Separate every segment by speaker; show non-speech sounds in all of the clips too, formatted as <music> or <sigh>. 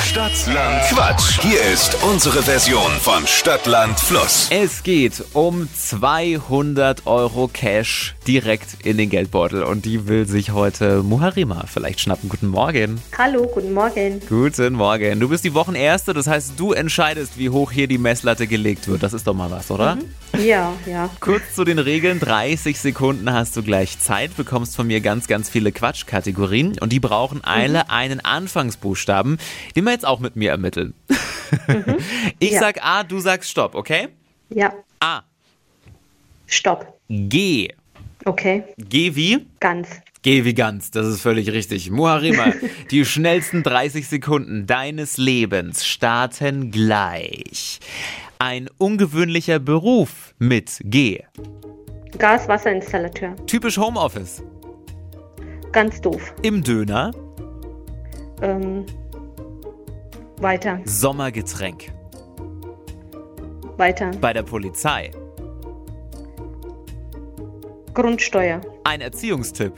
Speaker 1: Stadtland Quatsch. Hier ist unsere Version von Stadtland Fluss.
Speaker 2: Es geht um 200 Euro Cash direkt in den Geldbeutel und die will sich heute Muharima vielleicht schnappen. Guten Morgen.
Speaker 3: Hallo, guten Morgen.
Speaker 2: Guten Morgen. Du bist die Wochenerste, das heißt, du entscheidest, wie hoch hier die Messlatte gelegt wird. Das ist doch mal was, oder?
Speaker 3: Ja, ja.
Speaker 2: Kurz zu den Regeln. 30 Sekunden hast du gleich Zeit, bekommst von mir ganz, ganz viele Quatschkategorien und die brauchen alle einen Anfangsbuchstaben, den wir jetzt auch mit mir ermitteln. <laughs> Ich
Speaker 3: Ja.
Speaker 2: sag A, du sagst Stopp, okay?
Speaker 3: Ja,
Speaker 2: A,
Speaker 3: stopp.
Speaker 2: G.
Speaker 3: Okay,
Speaker 2: G wie?
Speaker 3: ganz.
Speaker 2: Geh wie ganz, das ist völlig richtig. Muharima, die schnellsten 30 Sekunden deines Lebens starten gleich. Ein ungewöhnlicher Beruf mit G.
Speaker 3: Gas, Wasserinstallateur.
Speaker 2: Typisch Homeoffice.
Speaker 3: Ganz doof.
Speaker 2: Im Döner.
Speaker 3: Ähm, weiter,
Speaker 2: Sommergetränk.
Speaker 3: weiter.
Speaker 2: Bei der Polizei.
Speaker 3: Grundsteuer.
Speaker 2: Ein Erziehungstipp.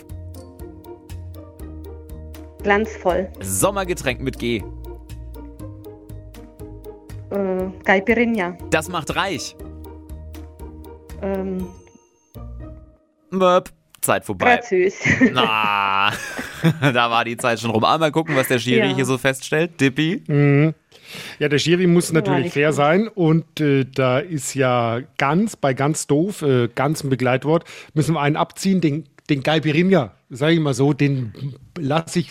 Speaker 3: Glanzvoll.
Speaker 2: Sommergetränk mit G.
Speaker 3: Äh, Gaipirinha.
Speaker 2: Das macht reich.
Speaker 3: Ähm,
Speaker 2: Möp. Zeit vorbei.
Speaker 3: graziös.
Speaker 2: <laughs> Na, da war die Zeit schon rum. Einmal gucken, was der Schiri
Speaker 3: Ja.
Speaker 2: hier so feststellt. Dippi.
Speaker 4: Ja, der Schiri muss natürlich
Speaker 3: nicht
Speaker 4: fair
Speaker 3: gut.
Speaker 4: sein und äh, da ist ja ganz bei ganz doof, äh, ganz ein Begleitwort, müssen wir einen abziehen, den, den Galbirinha, sage ich mal so, den lasse ich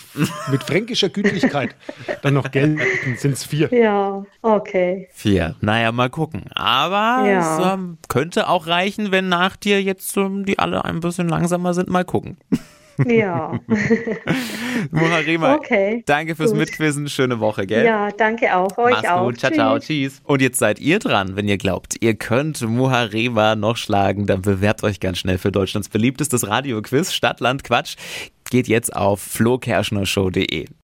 Speaker 4: mit fränkischer Gütlichkeit dann noch gelten, sind es vier.
Speaker 3: ja, okay.
Speaker 2: Vier. Naja, mal gucken. Aber
Speaker 3: Ja.
Speaker 2: es ähm, könnte auch reichen, wenn nach dir jetzt ähm, die alle ein bisschen langsamer sind. Mal
Speaker 3: <laughs>
Speaker 2: gucken. <laughs>
Speaker 3: Ja,
Speaker 2: Muharima,
Speaker 3: Okay,
Speaker 2: danke fürs
Speaker 3: gut.
Speaker 2: Mitquizzen. Schöne Woche, gell?
Speaker 3: ja, danke auch. Euch
Speaker 2: Mach's
Speaker 3: auch.
Speaker 2: gut. Ciao, ciao.
Speaker 3: Tschüss.
Speaker 2: Tschüss. Und jetzt seid ihr dran, wenn ihr glaubt, ihr könnt Muharema noch schlagen, dann bewerbt euch ganz schnell für Deutschlands beliebtestes Radioquiz Stadtland Quatsch. Geht jetzt auf flokerschnershow.de.